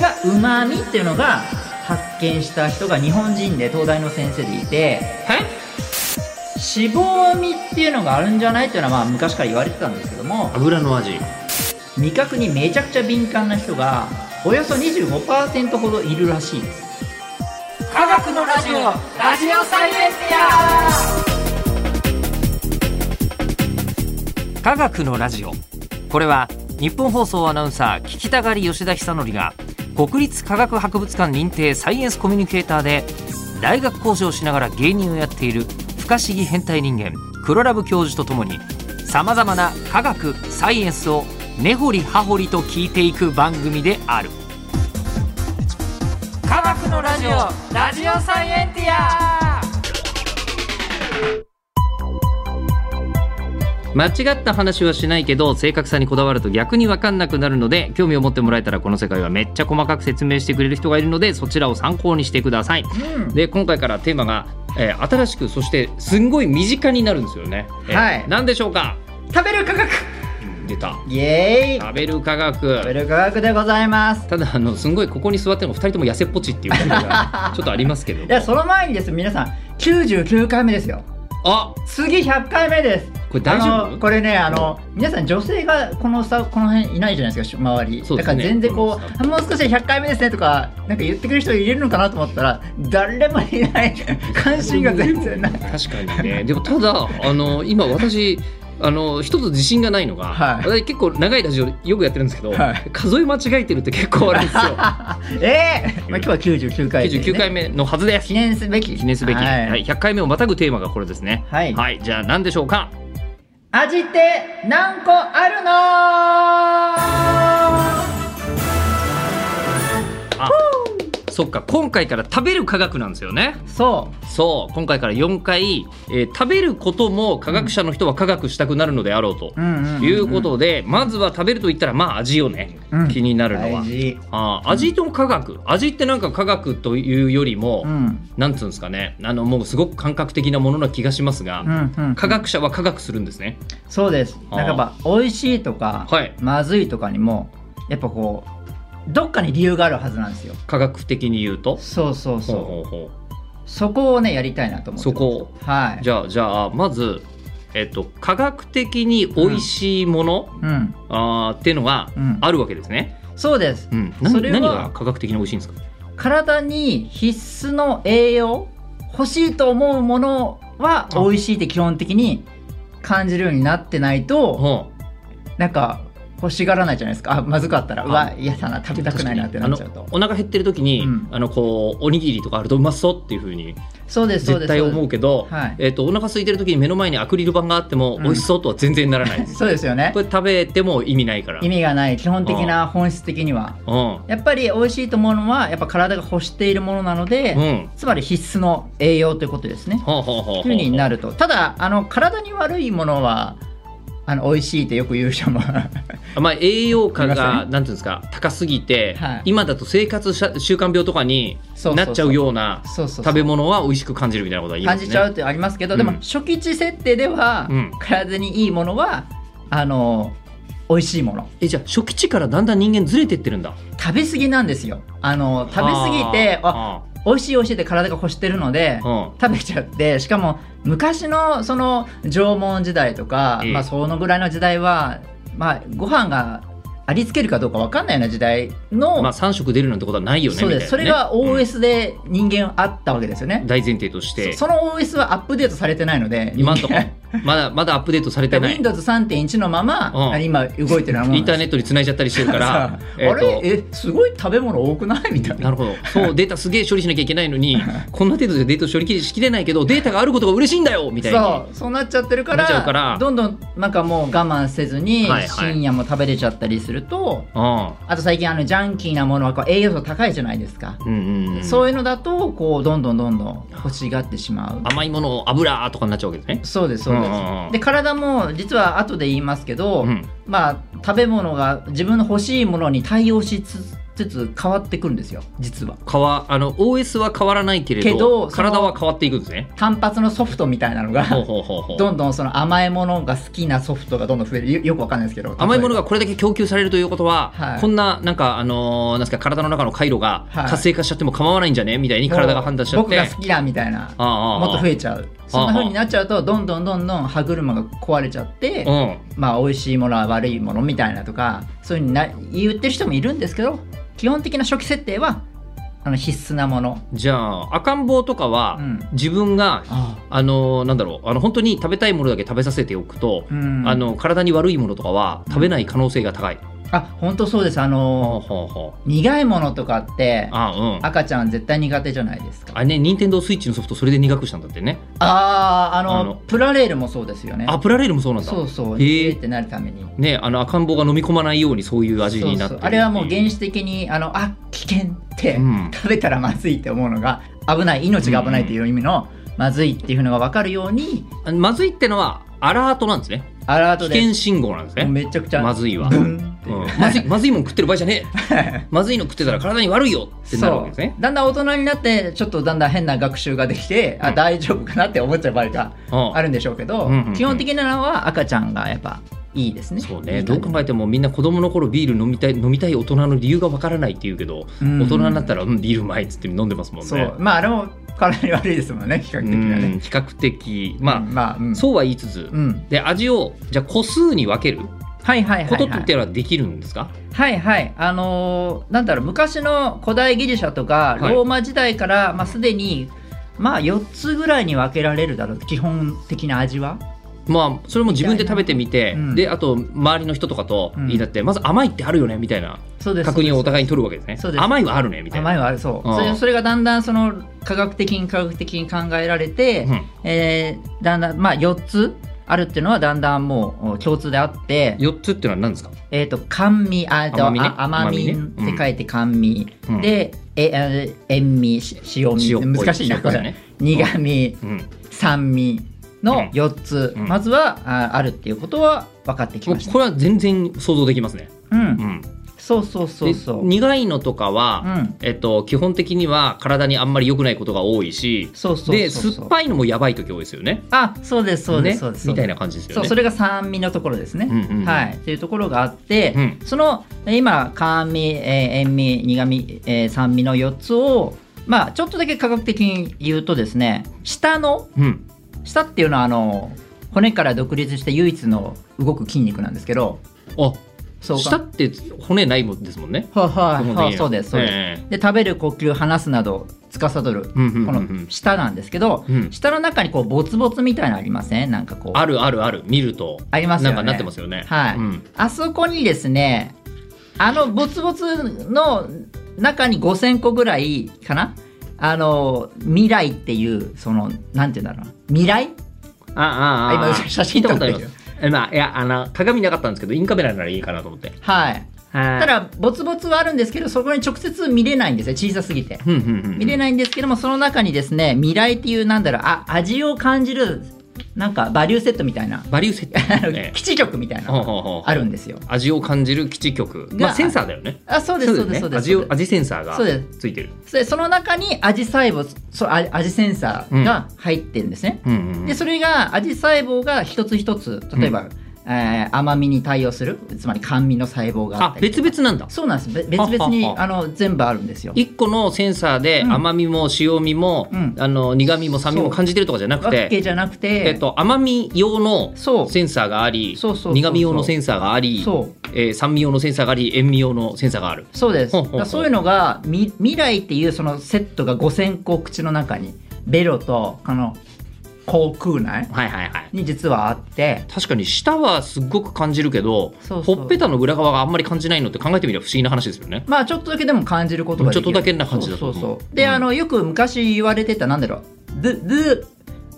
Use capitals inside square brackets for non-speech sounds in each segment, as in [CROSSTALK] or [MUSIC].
がうまみっていうのが発見した人が日本人で東大の先生でいて脂肪味っていうのがあるんじゃないっていうのはまあ昔から言われてたんですけども油の味味覚にめちゃくちゃ敏感な人がおよそ25%ほどいるらしいです科学のラジオラジオサイエンティア科学のラジオこれは日本放送アナウンサー聞きたがり吉田久典が国立科学博物館認定サイエンスコミュニケーターで大学講師をしながら芸人をやっている不可思議変態人間黒ラブ教授とともにさまざまな科学サイエンスを根掘り葉掘りと聞いていく番組である科学のラジオラジオサイエンティア間違った話はしないけど正確さにこだわると逆に分かんなくなるので興味を持ってもらえたらこの世界はめっちゃ細かく説明してくれる人がいるのでそちらを参考にしてください、で今回からテーマが、えー新しくそしてすんごい身近になるんですよね、えーはい何でしょうか食べる科学出たイエーイ食べる科食べ学る科学でございますただあのすんごいここに座ってるの2人とも痩せっぽちっていう感じがちょっとありますけ [LAUGHS] どいやその前にです皆さん99回目ですよあ次100回目ですこれ大あ丈の夫これねあの皆さん女性がこのさこの辺いないじゃないですかし周りそうでだすからね全然こううもう少しで100回目ですねとかなんか言ってくる人いるのかなと思ったら誰もいない関心が全然 [LAUGHS] ない確かにねでもただあの今私あの一つ自信がないのが、はい私結構長いラジオよくやってるんですけど、はい数え間違えてるって結構あるんですよええまあ今日は99回です、ね、 99回目のはずです記念すべき記念すべき、ははいい100回目をまたぐテーマがこれですねはいじゃあ何でしょうか味って何個あるのあそっか今回から食べる科学なんですよねそそう今回から4回、えー食べることも科学者の人は科学したくなるのであろうとう,、うんうんうんうんいうことで、まずは食べると言ったらまあ味よね、うん気になるのは大。事あー味と科学、味ってなんか科学というよりも、うんなんつうんですかねあのもうすごく感覚的なものな気がしますが、うんうん科学者は科学するんですねそうですあーなんかやっぱ美味しいとか、はいまずいとかにもやっぱこうどっかに理由があるはずなんですよ科学的に言うとそうそうそう、ほうほうほそこをねやりたいなと思ってそこますはういじゃあじゃあまず、えっと、科学的に美味しいもの、うんあーっていうのがうんあるわけですね、そうですうんなそれは何が科学的に美味しいんですか体に必須の栄養欲しいと思うものはあ美味しいって基本的に感じるようになってないとほうなんか欲しがらないじゃないですかあまずかったらあうわ嫌だな食べたくないなってなっちゃうあとのお腹減ってる時に、うんあのこうおにぎりとかあるとうまそうっていうふうにそうですそうで絶す対思うけど、はいえっとお腹空いてる時に目の前にアクリル板があってもうん美味しそうとは全然なら [LAUGHS] ない、そうですよねこれ食べても意味ないから意味がない基本的な本質的にはうんやっぱり美味しいと思うのはやっぱ体が欲しているものなので、うんつまり必須の栄養ということですね。ほうほうほうほうというふうになるとただあの体に悪いものはあの美味しいってよく言う人も [LAUGHS] まあ、栄養価いませがなんていうんですか高すぎて、はい今だと生活しゃ習慣病とかにそうそうそうなっちゃうようなそうそうそう食べ物は美味しく感じるみたいなことは言いま感すねじちゃうってありますけど、でうんも初期値設定では、うん体にいいものはあの美味しいものえじゃあ初期値からだんだん人間ずれてってるんだ食べ過ぎなんですよあの食べ過ぎてああ美味しい美味しいって体が欲してるので、ーうん食べちゃってしかも昔のその縄文時代とか、ええまあ、そのぐらいの時代は、まあ、ご飯がありつけるかどうかわかんないような時代の、まあ、3食出るなんてことはないよねそうです、そみたれいなねが OS で人間あったわけですようねん、大前提としてそその OS はアップデートされてないので今んとこ人間まだまだアップデートされてない Windows3.1 のまま、うん今動いてるようなものインターネッットに繋いじゃったりしてるから、あえーとれえすごい食べ物多くないみたいななるほどそうデータすげえ処理しなきゃいけないのにこんな程度でデータ処理しきれないけどデータがあることが嬉しいんだよみたいそなうそうなっちゃってるかなっらちゃうからどんどんなんかもう我慢せずに、はいはい深夜も食べれちゃったりするとああと最近あのジャンキーなものはこう栄養素高いじゃないですか、あ、うんうんうん、そういうのだとこうどんどんどんどん欲しがってしまう甘いものを油とかになっちゃうわけですね。そうですそうです、うんうんうんで体も実は後で言いますけど、うんまあ食べ物が自分の欲しいものに対応しつつつつ変わってくるんですよ実は変わあの OS は変わらないけれどけどその体は変わっていくんです [LAUGHS] ね単発のソフトみたいなのがほうほうほうほうどんどんその甘いものが好きなソフトがどんどん増えるよよくわかんないですけど甘いものががこれだけ供給されるということは、はいこんななんかあのーなんすか体の中の回路がはい活性化しちゃっても構わないんじゃねみたいに体が判断しちゃっ僕てが好きだみたいなああああもっと増えちゃうそんな風になっちゃうとどんどんどんどん歯車が壊れちゃってうんまあ美味しいものは悪いものみたいなとかそういうふうにな言ってる人もいるんですけど基本的な初期設定はあの必須なものじゃあ赤ん坊とかは、うん自分がああのーなんだろうあの本当に食べたいものだけ食べさせておくと、うんあの体に悪いものとかは食べない可能性が高い、あ本当そうですあほうのほうほう苦いものとかってあうん赤ちゃんは絶対苦手じゃないですかあれね任天堂スイッチのソフトそれで苦くしたんだってねあああのあのプラレールもそうですよねあプラレールもそうなんだそうそうへええーってなるためにねあの赤ん坊が飲み込まないようにそういう味になってそうるそうあれはもう原因始的にあのあ危険って、うん食べたらまずいって思うのが危ない命が危ないっていう意味の、まずいっていうのが分かるようにあのまずいってのはアラートなんですねアラー危トで険信号なんですね、めちゃくちゃまずいわブンってういうんまずいまずいもん食ってる場合じゃね [LAUGHS] えまずいの食ってたら体に悪いよってなるわけですそねうだんだん大人になってちょっとだんだん変な学習ができて、うあん大丈夫かなって思っちゃう場合がうんあるんでしょうけど、うんうんうん基本的なのは赤ちゃんがやっぱいいですねそういねい感どじう考えてもみんな子供の頃ビール飲みたい飲みたい大人の理由がわからないって言うけど、うん大人になったら、うん、ビールうまいっつって飲んでますもんねそうまああれも体に悪いですもんね比較う的にはねん比較的まあ、うんまあ、うん、そうは言いつつ、うんで味をじゃあ個数に分けるはいはいはい、こはとい、ってのはできるんですか、はいはいあのーなんだろう昔の古代ギリシャとかはいローマ時代から、まあ、すでにまあ4つぐらいに分けられるだろう基本的な味はまあそれも自分で食べてみて、うんであと周りの人とかとうん言いだって、まず甘いってあるよねみたいなそうです確認をおそう互いに取るわけですねそうです甘いはあるねみですたい甘ないはあるそうああそれそれがだんだんその科学的に科学的に考えられて、うんえーだんだんまあ4つあるっていうのはだんだんもう共通であって、 4つっていうのは何ですかえー、と甘味あえっと甘味ねあ甘味甘味ねうんって書いて甘味、うんでええ塩味し塩味塩っぽい難しいなこれ、塩っ苦味、うん、酸味のうん4つ、うんまずはああるっていうことは分かってきました、これは全然想像できますね、うん、ん、そうそうそうそう、で苦いのとかは、うん、えっと、基本的には体にあんまり良くないことが多いしそうそうそうそうで酸っぱいのもやばい時多いですよねあそうですそうです、ねそうですみたいなな感じですよそうねそれが酸味のところですね、うんうんうんはいっていうところがあって、うんそのえ今甘味、えー塩味苦味、えー酸味の4つをまあちょっとだけ科学的に言うとですね下のうん、下っていうのはあの骨から独立して唯一の動く筋肉なんですけどあそうか舌って骨ないもんですもんねはいはい基本的にははいそうですそうです、えで食べる呼吸話すなど司るこうんうんうんうんの舌なんですけど、うん舌の中にこうボツボツみたいなのありませんなんかこうあるあるある見るとありますよねなんかなってますよねはいうんあそこにですねあのボツボツの中に5,000個ぐらいかなあの未来っていうそのなんて言うんだろうな未来あああああ今写真撮ってるよ見たことありますえまあいやあの鏡なかったんですけどインカメラならいいかなと思ってはいはただボツボツはあるんですけどそこに直接見れないんですよ小さすぎてうんうんうん見れないんですけどもその中にですね未来っていうなんだろうあ味を感じるなんかバリューセットみたいなバリューセあ [LAUGHS] ットのね基地局みたいなほうのほうほうほうがあるんですよ。味を感じる基地局まあがセンサーだよねあそうですそうですねそうです味そうをです味センサーがそうですついてるそれその中にアジ細胞そあ味センサーが入ってるんですね。うんうんうんでそれがアジ細胞が一つ一つ例えば、えー甘みに対応するつまり甘味の細胞があっあたり別々なんだそうなんですべ別々にはははあの全部あるんですよ。一個のセンサーでうん甘みも塩みも、うんあの苦みも酸味もそう感じてるとかじゃなくわけて、じゃなくて、えっと、甘み用のそうセンサーがありそうそうそうそう苦み用のセンサーがありそうえー酸味用のセンサーがあり塩味用のセンサーがあるそうです。ほうほうほだうからそういうのがみ未来っていうそのセットが5000個口の中にベロとこの口腔内はいはいはいに実はあって確かに舌はすっごく感じるけどそうそうほっぺたの裏側があんまり感じないのって考えてみれば不思議な話ですよねまあちょっとだけでも感じることができるちょっとだけな感じだとそう思うそうそううんで、あのよく昔言われてたなんだろうブブ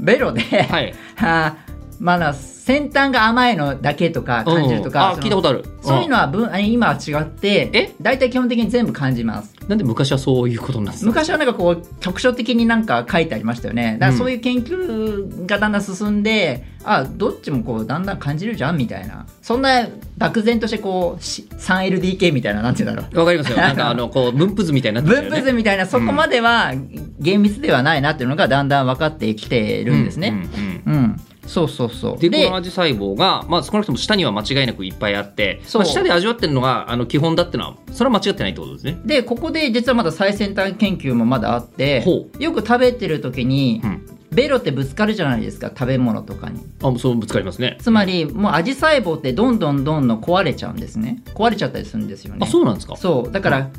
ベロで、はい [LAUGHS] あーまだ先端が甘いのだけとか感じるとか、うそのんあ聞いたことあるそういうのはは分今は違ってえ大体基本的に全部感じますなんで昔はそういうことになってたの昔はなんかこう局所的になんか書いてありましたよねだかうらんそういう研究がだんだん進んで、あどっちもこうだんだん感じるじゃんみたいなそんな漠然としてこうし 3LDK みたいななんて言うんだろうわか [LAUGHS] りますよなんかあのこう分布図みたいになってたよ分ね布図みたいなそこまでは厳密ではないなっていうのがだんだん分かってきてるんですうんうねんうんうん、そうそうそうでこのアジ細胞が、まあ、少なくとも舌には間違いなくいっぱいあって、そうまあ、舌で味わってるのがあの基本だってのはそれは間違ってないってことですね。でここで実はまだ最先端研究もまだあってほよく食べてる時に、うん、ベロってぶつかるじゃないですか食べ物とかにあもうそうぶつかりますね。つまりもうアジ細胞ってどんどんどんどん壊れちゃうんですね壊れちゃったりするんですよねあそうなんですかそうだから、えー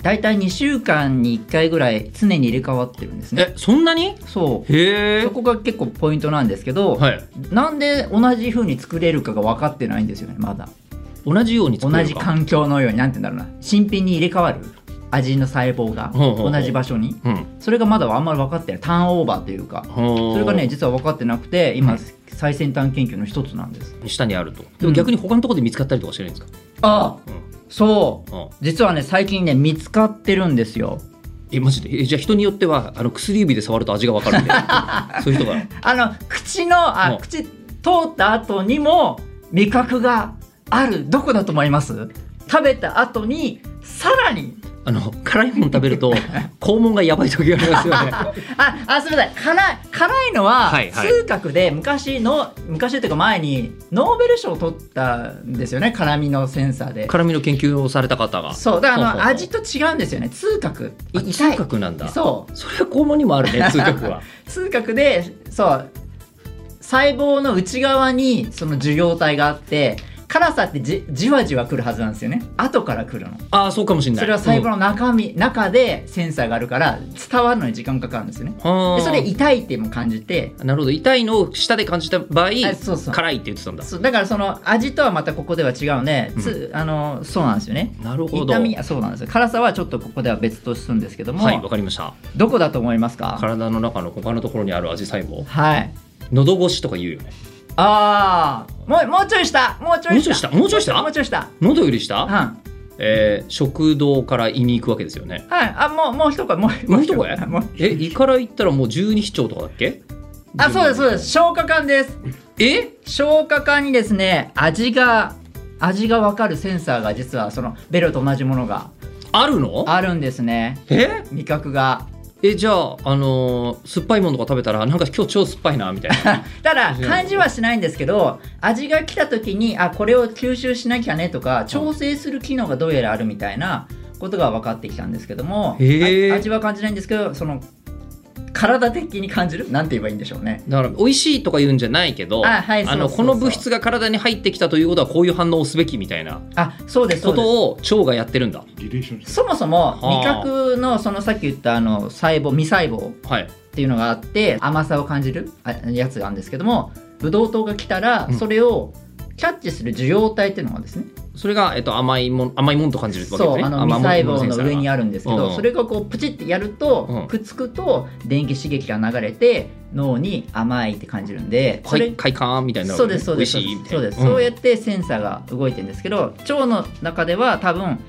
大体2週間に1回ぐらい常に入れ替わってるんですねえそんなにそうへえそ。こが結構ポイントなんですけど、はい、なんで同じ風に作れるかが分かってないんですよねまだ同じように同作れるじか環境のようになんて言うんだろうな新品に入れ替わる味の細胞がほうほうほう同じ場所にうん、それがまだあんまり分かってないターンオーバーというかそそれがね実は分かってなくて今最先端研究の一つなんです下にあるとでも逆に他のところで見つかったりとかしてないんですか、あうんそううん、実はね最近ね見つかってるんですよえマジでえじゃあ人によってはあの薬指で触ると味が分かる [LAUGHS] んでそういう人があの口のうあん口通った後にも味覚があるどこだと思います食べた後にさらにあの辛いもの食べる [LAUGHS] と肛門がやばい時がありますよねああすみません辛い辛いのははいはい痛覚で昔の昔というか前にノーベル賞を取ったんですよね辛みのセンサーで辛みの研究をされた方がそうだからあほうほうのほう味と違うんですよね痛覚いあ痛痛い覚なんだそそうれは肛門にも [LAUGHS] あるね痛覚は痛覚でそう細胞の内側にその受容体があって辛さってじじわじわ来るはずなんですよね後から来るのああそうかもしれないそれは細胞うんの中身、中でセンサーがあるから伝わるのに時間かかるんですよねはであそれ痛いっても感じてなるほど痛いのを舌で感じた場合あそうそう辛いって言ってたんだそうだからその味とはまたここでは違うので、つあのそうなんですよねなるほど痛みあそうなんですよ辛さはちょっとここでは別とするんですけども、はいわかりましたどこだと思いますか体の中の他のところにある味細胞はい喉越しとか言うよねああもうもうちょい下もうちょもいうちょい下下もうちょいもう下ちょい下喉より下、うんえー食道から胃に行くわけですよねはい、あ、もう、もう一声、もう、もう一声 [LAUGHS] もうえ胃から行ったらもう十二指腸とかだっけあ、そうです、そうです、消化管です。え消化管にですね、味が、味がわかるセンサーが実は、そのベロと同じものがあるのあるんですね。え味覚が。えじゃあ、あのー酸っぱいものとか食べたらなんか今日超酸っぱいなみたい [LAUGHS] なただ、感じはしないんですけど、味が来た時に、あ、これを吸収しなきゃねとか、調整する機能がどうやらあるみたいなことが分かってきたんですけども、へーあ味は感じないんですけど、その、体的に感じるなんて言えばいいんでしょうね。だから美味しいとか言うんじゃないけどあはいあのそうこそうそうの物質が体に入ってきたということはこういう反応をすべきみたいなあ、そうです、そこうです。とを腸がやってるんだそもそもあ味覚のそのさっき言ったあの細胞未細胞っはいていうのがあって甘さを感じるあやつがあるんですけどもブドウ糖が来たらうんそれをキャッチする受容体っていうのがですね、それが、えっと、甘いもん甘いもんと感じるわけですそうねあの甘未いもん細胞の上にああるんですけうんどそれがこうプチってやるうとんくっつくと電気刺激が流れて脳に甘いって感じるんでそはれい快感みたいになるそわうけねですそう美で味すしいみたいそうなです、そうやんってセンサーが動いてるんですけど腸の中では多分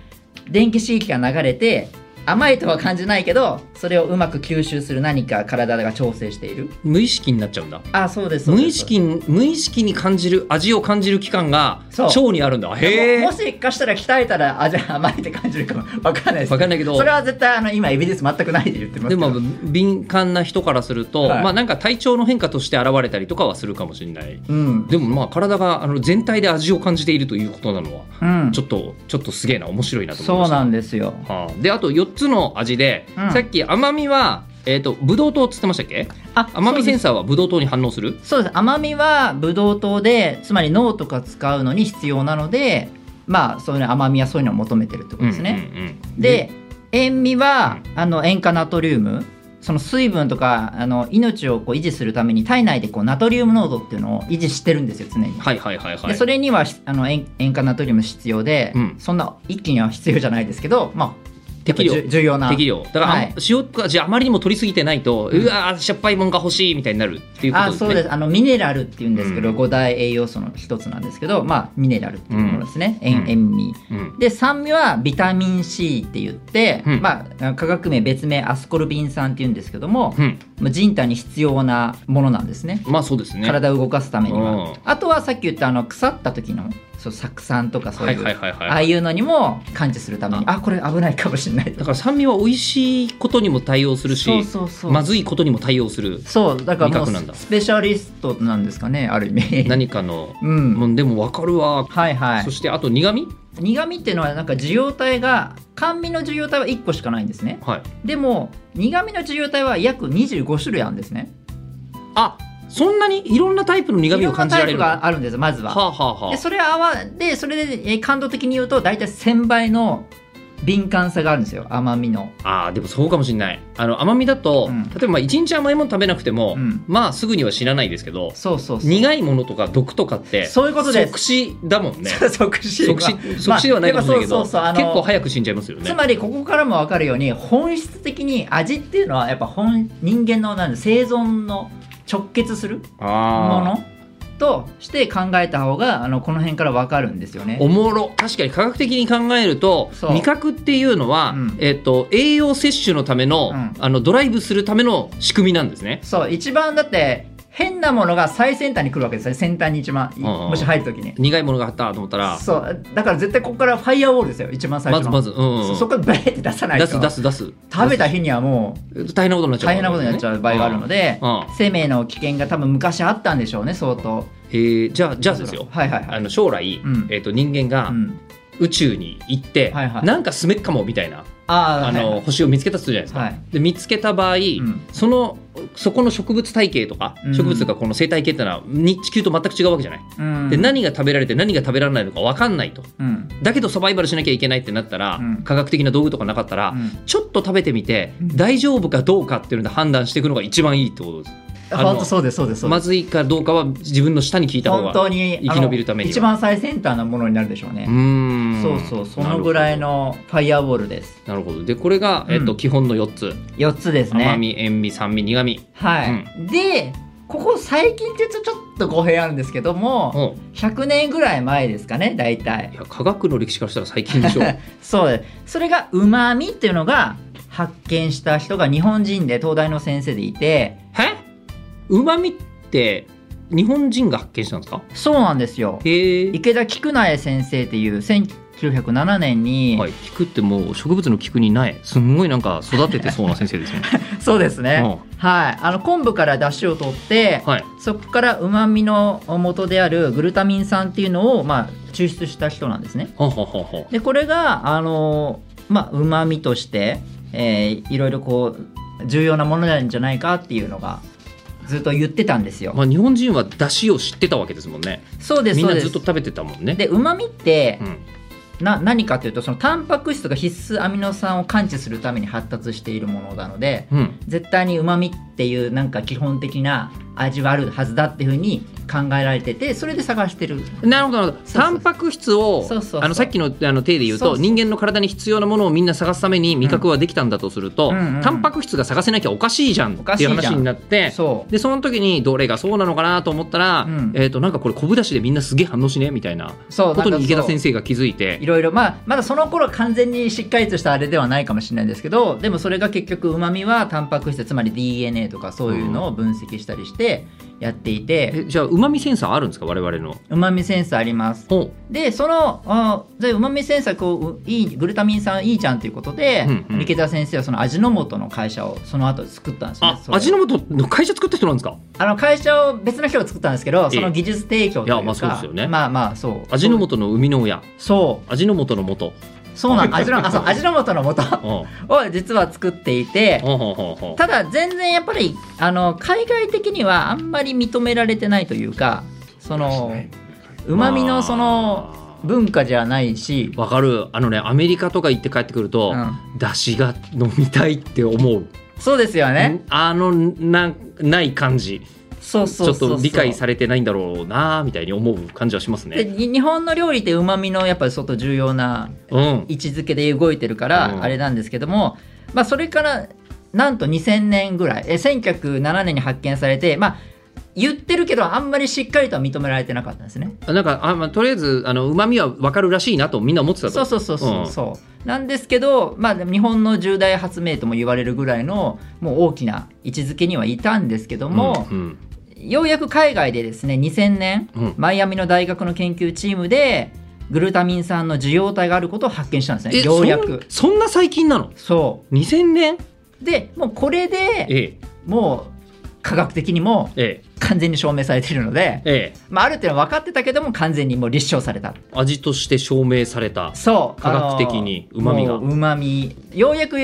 電気刺激が流れて甘いとは感じないけどそれをうまく吸収する何か体が調整している無意識になっちゃうんだあそうですそう無です意識に無意識に感じる味を感じる器官がそう腸にあるんだへでえももしかしたら鍛えたらあじゃあ甘いって感じるかもわかんないですわかんないけどそれは絶対あの今エビデンス全くないで言ってますけでども敏感な人からすると、はいまあなんか体調の変化として現れたりとかはするかもしれないうんでもまあ体があの全体で味を感じているということなのはうんちょっとちょっとすげえな面白いなと思いそまうしたなんですよはあ、であと4つの味で、うんさっき甘みはえっ、とブドウ糖っつってましたっけあ甘みセそうでンすサーはブドウ糖に反応するそうです甘みはブドウ糖でつまり脳とか使うのに必要なのでまあそういうの甘みはそういうのを求めてるってことですね、うんうんうんで塩味は、あの塩化ナトリウムその水分とかあの命をこう維持するために体内でこうナトリウム濃度っていうのを維持してるんですよ常に、はいはいはいはいでそれにはしあの塩塩化ナトリウム必要で、うんそんな一気には必要じゃないですけどまあやっぱ適量重重要な適量だから、はい塩とかじゃああまりにも取りすぎてないと、うわーしょっぱいもんが欲しいみたいになるっていうことあですねそうですあのミネラルっていうんですけど、うん五大栄養素の一つなんですけど、まあ、ミネラルっていうものですね、塩うん塩味うんで酸味はビタミン C って言って、うんまあ、化学名別名アスコルビン酸っていうんですけども、うん、まあ人体に必要なものなんですねまあそうですね体を動かすためにうんはあとはさっき言ったあの腐った時のそう酢酸とかそう、はいいうはいはいはいああいうのにも感知するためにあこれ危ないかもしれないだとから酸味は美味しいことにも対応するしそうそうそう、まずいことにも対応するそうだからも味覚なんだうスペシャリストなんですかねある意味何かの、うんもうでも分かるわ、はいはいそしてあと苦味苦味っていうのはなんか受容体が甘味の受容体は1個しかないんですねはいでも苦味の受容体は約25種類あるんですねあそんなにいろんなタイプの苦味を感じられいろるんなタイプがあるんですまずは、はあ、はあはでそれは合わでそれでえー感動的に言うと大体1000倍の敏感さがあるんですよ甘みのあ、あーでもそうかもしれないあの甘みだと、うん例えばまあ一日甘いもの食べなくても、うんまあすぐには死なないですけどそうそうそう苦いものとか毒とかってそういうことです即死だもんね [LAUGHS] 即死即死即死ではないかもしれないけど、まあでもそうそうそうあの結構早く死んじゃいますよねつまりここからも分かるように本質的に味っていうのはやっぱ本人間のなんだ生存の直結するもあのとして考えた方があのこの辺から分かるんですよねー。おもろ確かに科学的に考えるとそう味覚っていうのは、うんえっと栄養摂取のための,、うんあのドライブするための仕組みなんですねそう一番だって変なものが最先端に来るわけですよ先端に一番いんうんもし入るときに。苦いものがあったと思ったらそうだから絶対ここからファイアウォールですよ一番最ま初ずの。まず、うんうんそそこからバーって出さないと出す出す出す食べた日にはも大変なことになうっちゃう大変なことになっちゃう場合があるので、うんうん生命の危険が多分昔あったんでしょうね相当。えーじゃあじゃあですよはいはいはあい。の将来、うんえっと人間がうん宇宙に行って、はいはいなんかすめっかもみたいなあーあの、はい星を見つけたとするじゃないですか、はいで見つけた場合、んそのそこの植物体系とかうん植物とかこの生態系ってのはに地球と全く違うわけじゃない、うんで何が食べられて何が食べられないのか分かんないとうんだけどサバイバルしなきゃいけないってなったら、うん科学的な道具とかなかったら、うんちょっと食べてみて、うん大丈夫かどうかっていうので判断していくのが一番いいってことですあの本当そうですそうですそうですまずいかどうかは自分の舌に聞いた方本が当に生き延びるためにはあの一番最先端なものになるでしょううね、ーんそうそうそのぐらいのファイアウォールですなるほどなるほどでこれが、えっとうん基本の4つ4つですね甘み塩味酸味苦味はい、でここ最近って言うとちょっと語弊あるんですけどもうん100年ぐらい前ですかね大体いや科学の歴史からしたら最近でし [LAUGHS] ょそうですそれがうまみっていうのが発見した人が日本人で東大の先生でいてえうまみって日本人が発見したんですかそうなんですよへえ、池田菊苗先生っていう1907年に、はい、菊ってもう植物の菊にないすんごいなんか育ててそうな先生で [LAUGHS] すよね、そうですね、うはいあの昆布から出汁を取ってん、はいそこからうまみの元であるグルタミン酸っていうのを、まあ、抽出した人なんですね。ほうほうほうほでこれがあのーまあうまみとして、えーいろいろこう重要なものなんじゃないかっていうのがずっと言ってたんですうよ。まあ、日本人は出汁を知ってたわけですもんねそうですみんそうなでずっすと。食べてたもんねでうまみってうん、な何かというとそのタンパク質が必須アミノ酸を感知するために発達しているものなのでうん、絶対にうまみっていうなんか基本的な味はあるはずだっていうふうに考えられててそれで探してるなるほどなそるほどうそうタンパク質をそうそうそうあのさっきのあの手で言うとそうそう人間の体に必要なものをみんな探すために味覚はできたんだとすると、うんうんうんタンパク質が探せなきゃおかしいじゃんおっかてしいいうじゃん話になってそうでその時にどれがそうなのかなと思ったら、うんえー、となんかこれ昆布だしでみんなすげえ反応しねみたいなそうことに池田先生生が気づいていろいろまあまだその頃は完全にしっかりとしたあれではないかもしれないですけどでもそれが結局うまみはタンパク質つまり DNA とかそういうのを分析したりしてやっていてえじゃあうまみセンサーあるんですか我々のうまみセンサーありますおでそのあでうまみセンサーこうういいグルタミン酸いいじゃんということで、うんうん池田先生はその味の素の会社をその後作ったんですねあそれ味の素の会社作った人なんですかあの会社を別の人が作ったんですけどその技術提供というか、いやまあそうですよねまあまあそう味の素の生みの親そう味の素の素そうなん味のあ [LAUGHS] そう味の素の素うんうんを実は作っていてうんうんうんただ全然やっぱりあの海外的にはあんまり認められてないというかそのうまみのその文化じゃないし、わかるあのねアメリカとか行って帰ってくると、う出汁が飲みたいって思う、んそうですよねあのなない感じそうちそうょそうっそうと理解されてないんだろうなみたいに思う感じはしますでね。に日本の料理ってうまみのやっぱり相当重要なうん、位置づけで動いてるから、うんあれなんですけども、まあ、それからなんと2000年ぐらいえ1907年に発見されて、まあ、言ってるけどあんまりしっかりとは認められてなかったんですね。なんかあ、まあ、とりあえずうまみは分かるらしいなとみんな思ってたとそうそうそうそうそうなんですけど、まあ、でも日本の重大発明とも言われるぐらいのもう大きな位置づけにはいたんですけども、うんようやく海外でですね2000年、うんマイアミの大学の研究チームでグルタミン酸の受容体があることを発見したんですねえようやくそんそんな最近なのそ ?2000 年うでもうこれでええもう科学的にもえ完全に証明されているのでえ、ええまあ、あるっていうのは分かってたけども完全にもう立証された味として証明されたそう科学的に旨味がうまみようやく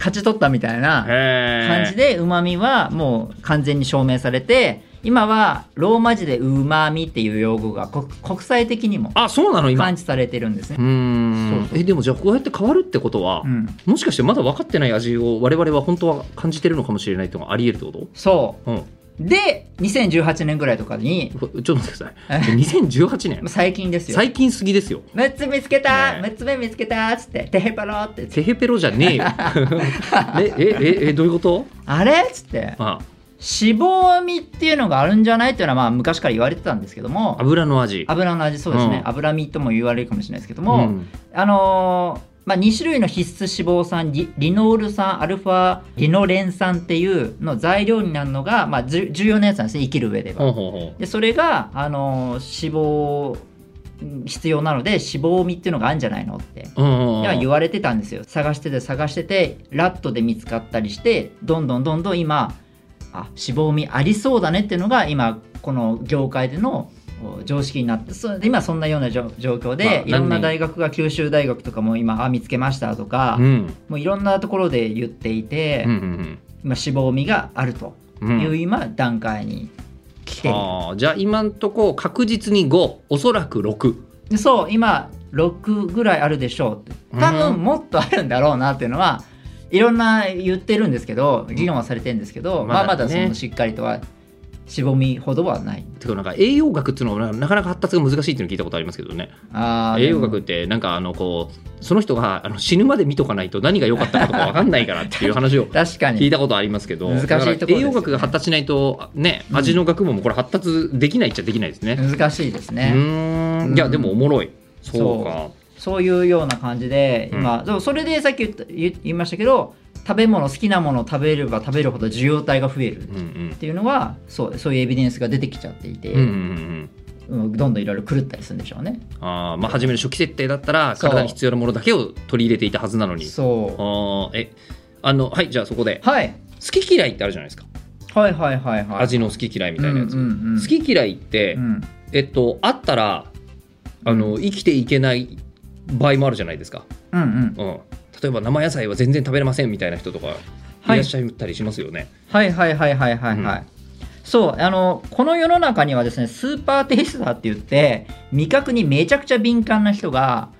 勝ち取ったみたいな感感じでうまみはもう完全に証明されて今はローマ字でうまみっていう用語が国国際的にもあそうなの今感知されてるんですねうー、んそうそうえでもじゃあこうやって変わるってことは、うん、もしかしてまだ分かってない味を我々は本当は感じてるのかもしれないっていうのがありえるってことそうん、うで2018年ぐらいとかにこちょっと待ってください2018年最近ですよ最近すぎですよ6つ見つけた、ね6つ目見つけたっつってテヘパローってテヘペロじゃ [LAUGHS] ねえよええええどういうことあれっつってあ脂肪味っていうのがあるんじゃないっていうのはまあ昔から言われてたんですけども油の味油の味そうですね、うん油身とも言われるかもしれないですけども、んあのーまあ、2種類の必須脂肪酸リリノール酸アルファリノレン酸っていうの材料になるのが、まあ、じゅ重要なやつなんですね生きる上では、ほうほうほうでそれが、あのー脂肪うん必要なので脂肪味っていうのがあるんじゃないのってうんうんうんでは言われてたんですよ探してて探しててラットで見つかったりしてどんどんどんどん今あ脂肪味ありそうだねっていうのが今この業界でのお常識になってそ今そんなようなじょ状況まあで、いろん何な年大学が九州大学とかも今あ見つけましたとか、うんもういろんなところで言っていて、うんうん今脂肪味があるとうんういうん今段階に来ている、あーじゃあ今んとこ確実に5おそらく6でそう今6ぐらいあるでしょうって多うん分もっとあるんだろうなっていうのは、いろんな言ってるんですけど議論はされてるんですけど、まあ、ままだだねそのしっかりとはしぼみほどはないてかなんか栄養学っていうのはなかなか発達が難しいっていうの聞いたことありますけどねあー栄養で学もってなんかあのこうその人があの死ぬまで見とかないと何が良かったかとか分かんないからっていう [LAUGHS] 話を確か聞いにたことありますけど難しいところですよねだから栄養学が発達しないとねうん味の学問もこれ発達できないっちゃできないですね。難しいですうね、ーんいやでもおもろいそうかそういうような感じで今、でもそれでさっき言った言言いましたけど食べ物好きなものを食べれば食べるほど受容体が増えるっうんうんていうのはそうそういうエビデンスが出てきちゃっていて、うんうんうんうんどんどんいろいろ狂ったりするんでしょうね。あーまあ初めの初期設定だったらそう体に必要なものだけを取り入れていたはずなのにあそーえあのはいじゃあそこでうはい好き嫌いってあるじゃないですかはいはいはいはい。味の好き嫌いみたいなやつうんうんうん好き嫌いってうん、えっとあったらあの生きていけない場合もあるじゃないですかうんうんうん、例えば生野菜は全然食べれませんみたいな人とかいはいらっしゃったりしますよね。はいはいはいはいはいはい、そうあのこの世の中にはですねスーパーテイスターって言って味覚にめちゃくちゃ敏感な人が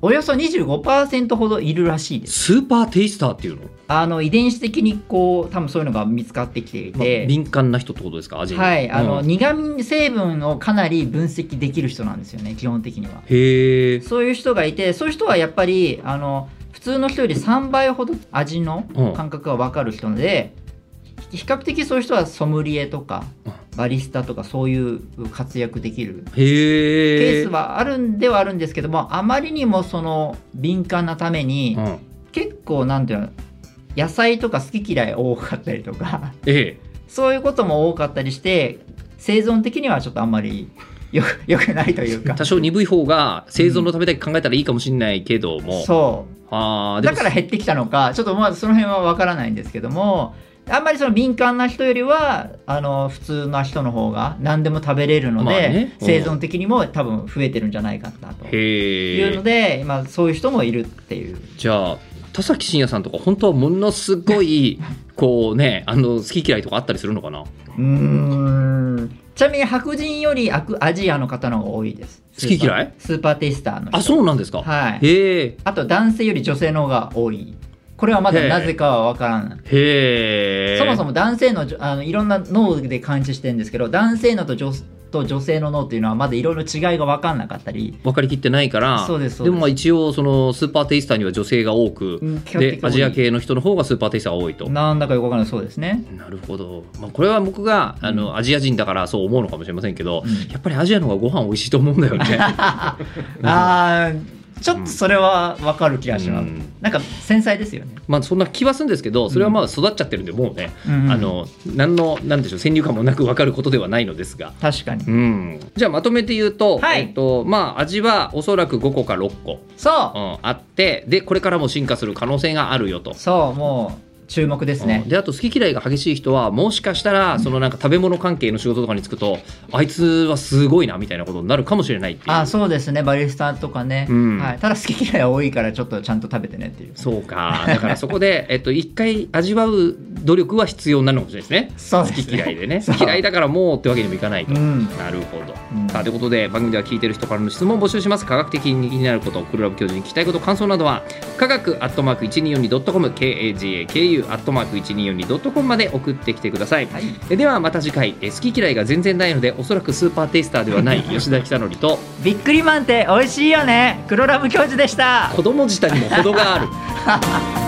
およそ25%ほどいるらしいですスーパーテイスターっていうの、あの遺伝子的にこう多分そういうのが見つかってきていまあて、敏感な人ってことですか味に。はいあの、うん苦味成分をかなり分析できる人なんですよね基本的にはへえ、そういう人がいてそういう人はやっぱりあの普通の人より3倍ほど味のうん感覚が分かる人で、比較的そういう人はソムリエとかうんバリスタとかそういう活躍できるケへーえ。スはあるんではあるんですけどもあまりにもその敏感なために、うん、結構なんていうの野菜とか好き嫌い多かったりとか [LAUGHS] ええそういうことも多かったりして生存的にはちょっとあんまりよくよくないというか多少鈍い方が生存のためだけ考えたらいいかもしれないけども、そうあーでだもから減ってきたのかちょっとまあその辺は分からないんですけどもあんまりその敏感な人よりはあの普通な人の方が何でも食べれるので、まあねうん生存的にも多分増えてるんじゃないかなというへのえで今そういう人もいるっていうじゃあ田崎真也さんとか本当はものすごいこうねあの好き嫌いとかあったりするのかな好うーんちなみに白人よりアクアジアの方の方が多いですき嫌いいスーパーテイスターの人あそうなんですか、はいへえあと男性より女性の方が多いこれはまだなぜかはわからないへえそもそも男性のじょあのいろんな脳で感知してるんですけど男性のと女と女性の脳っていうのはまだいろいろ違いが分かんなかったり分かりきってないからそうですそうでですもまあ一応そのスーパーテイスターには女性が多くうん比較で的多アいジア系の人の方がスーパーテイスターが多いと。なんだかよくわからないそうですね。なるほど、まあ、これは僕があのアジア人だからそう思うのかもしれませんけど、うんやっぱりアジアの方がご飯美味しいと思うんだ [LAUGHS] よね。あーちょっとそれは分かる気がします。うんなんか繊細ですよね。まあそんな気はするんですけどそれはまあ育っちゃってるんでもうね、うんあの何のなんでしょう先入観もなく分かることではないのですが、確かにう。ん、じゃあまとめて言うと,、はいえっとまあ、味はおそらく5個か6個、うそん、あってでこれからも進化する可能性があるよとう、。そう、もう注目ですねうん。であと好き嫌いが激しい人はもしかしたらそのなんか食べ物関係の仕事とかに就くとあいつはすごいなみたいなことになるかもしれないっていうあ、そうですね。バリスタとかね。うんはい。ただ好き嫌いは多いからちょっとちゃんと食べてねっていう。そうかだからそこ [LAUGHS] で、えっと、一回味わう努力は必要になるのかもしれないですねそうで好すねき嫌いでね [LAUGHS] そう嫌いだからもうってわけにもいかないと、うん。なるほど、うんさあということで番組では聞いてる人からの質問を募集します科学的に気になることクルラブ教授に聞きたいこと感想などは科学アットマーク 1242.com kagaku アットマーク 1242.com まで送ってきてください、はい。えではまた次回え好き嫌いが全然ないのでおそらくスーパーテイスターではない吉田久典 [LAUGHS] とびっくりマンって美味しいよね。黒ラブ教授でした。子供舌にも程がある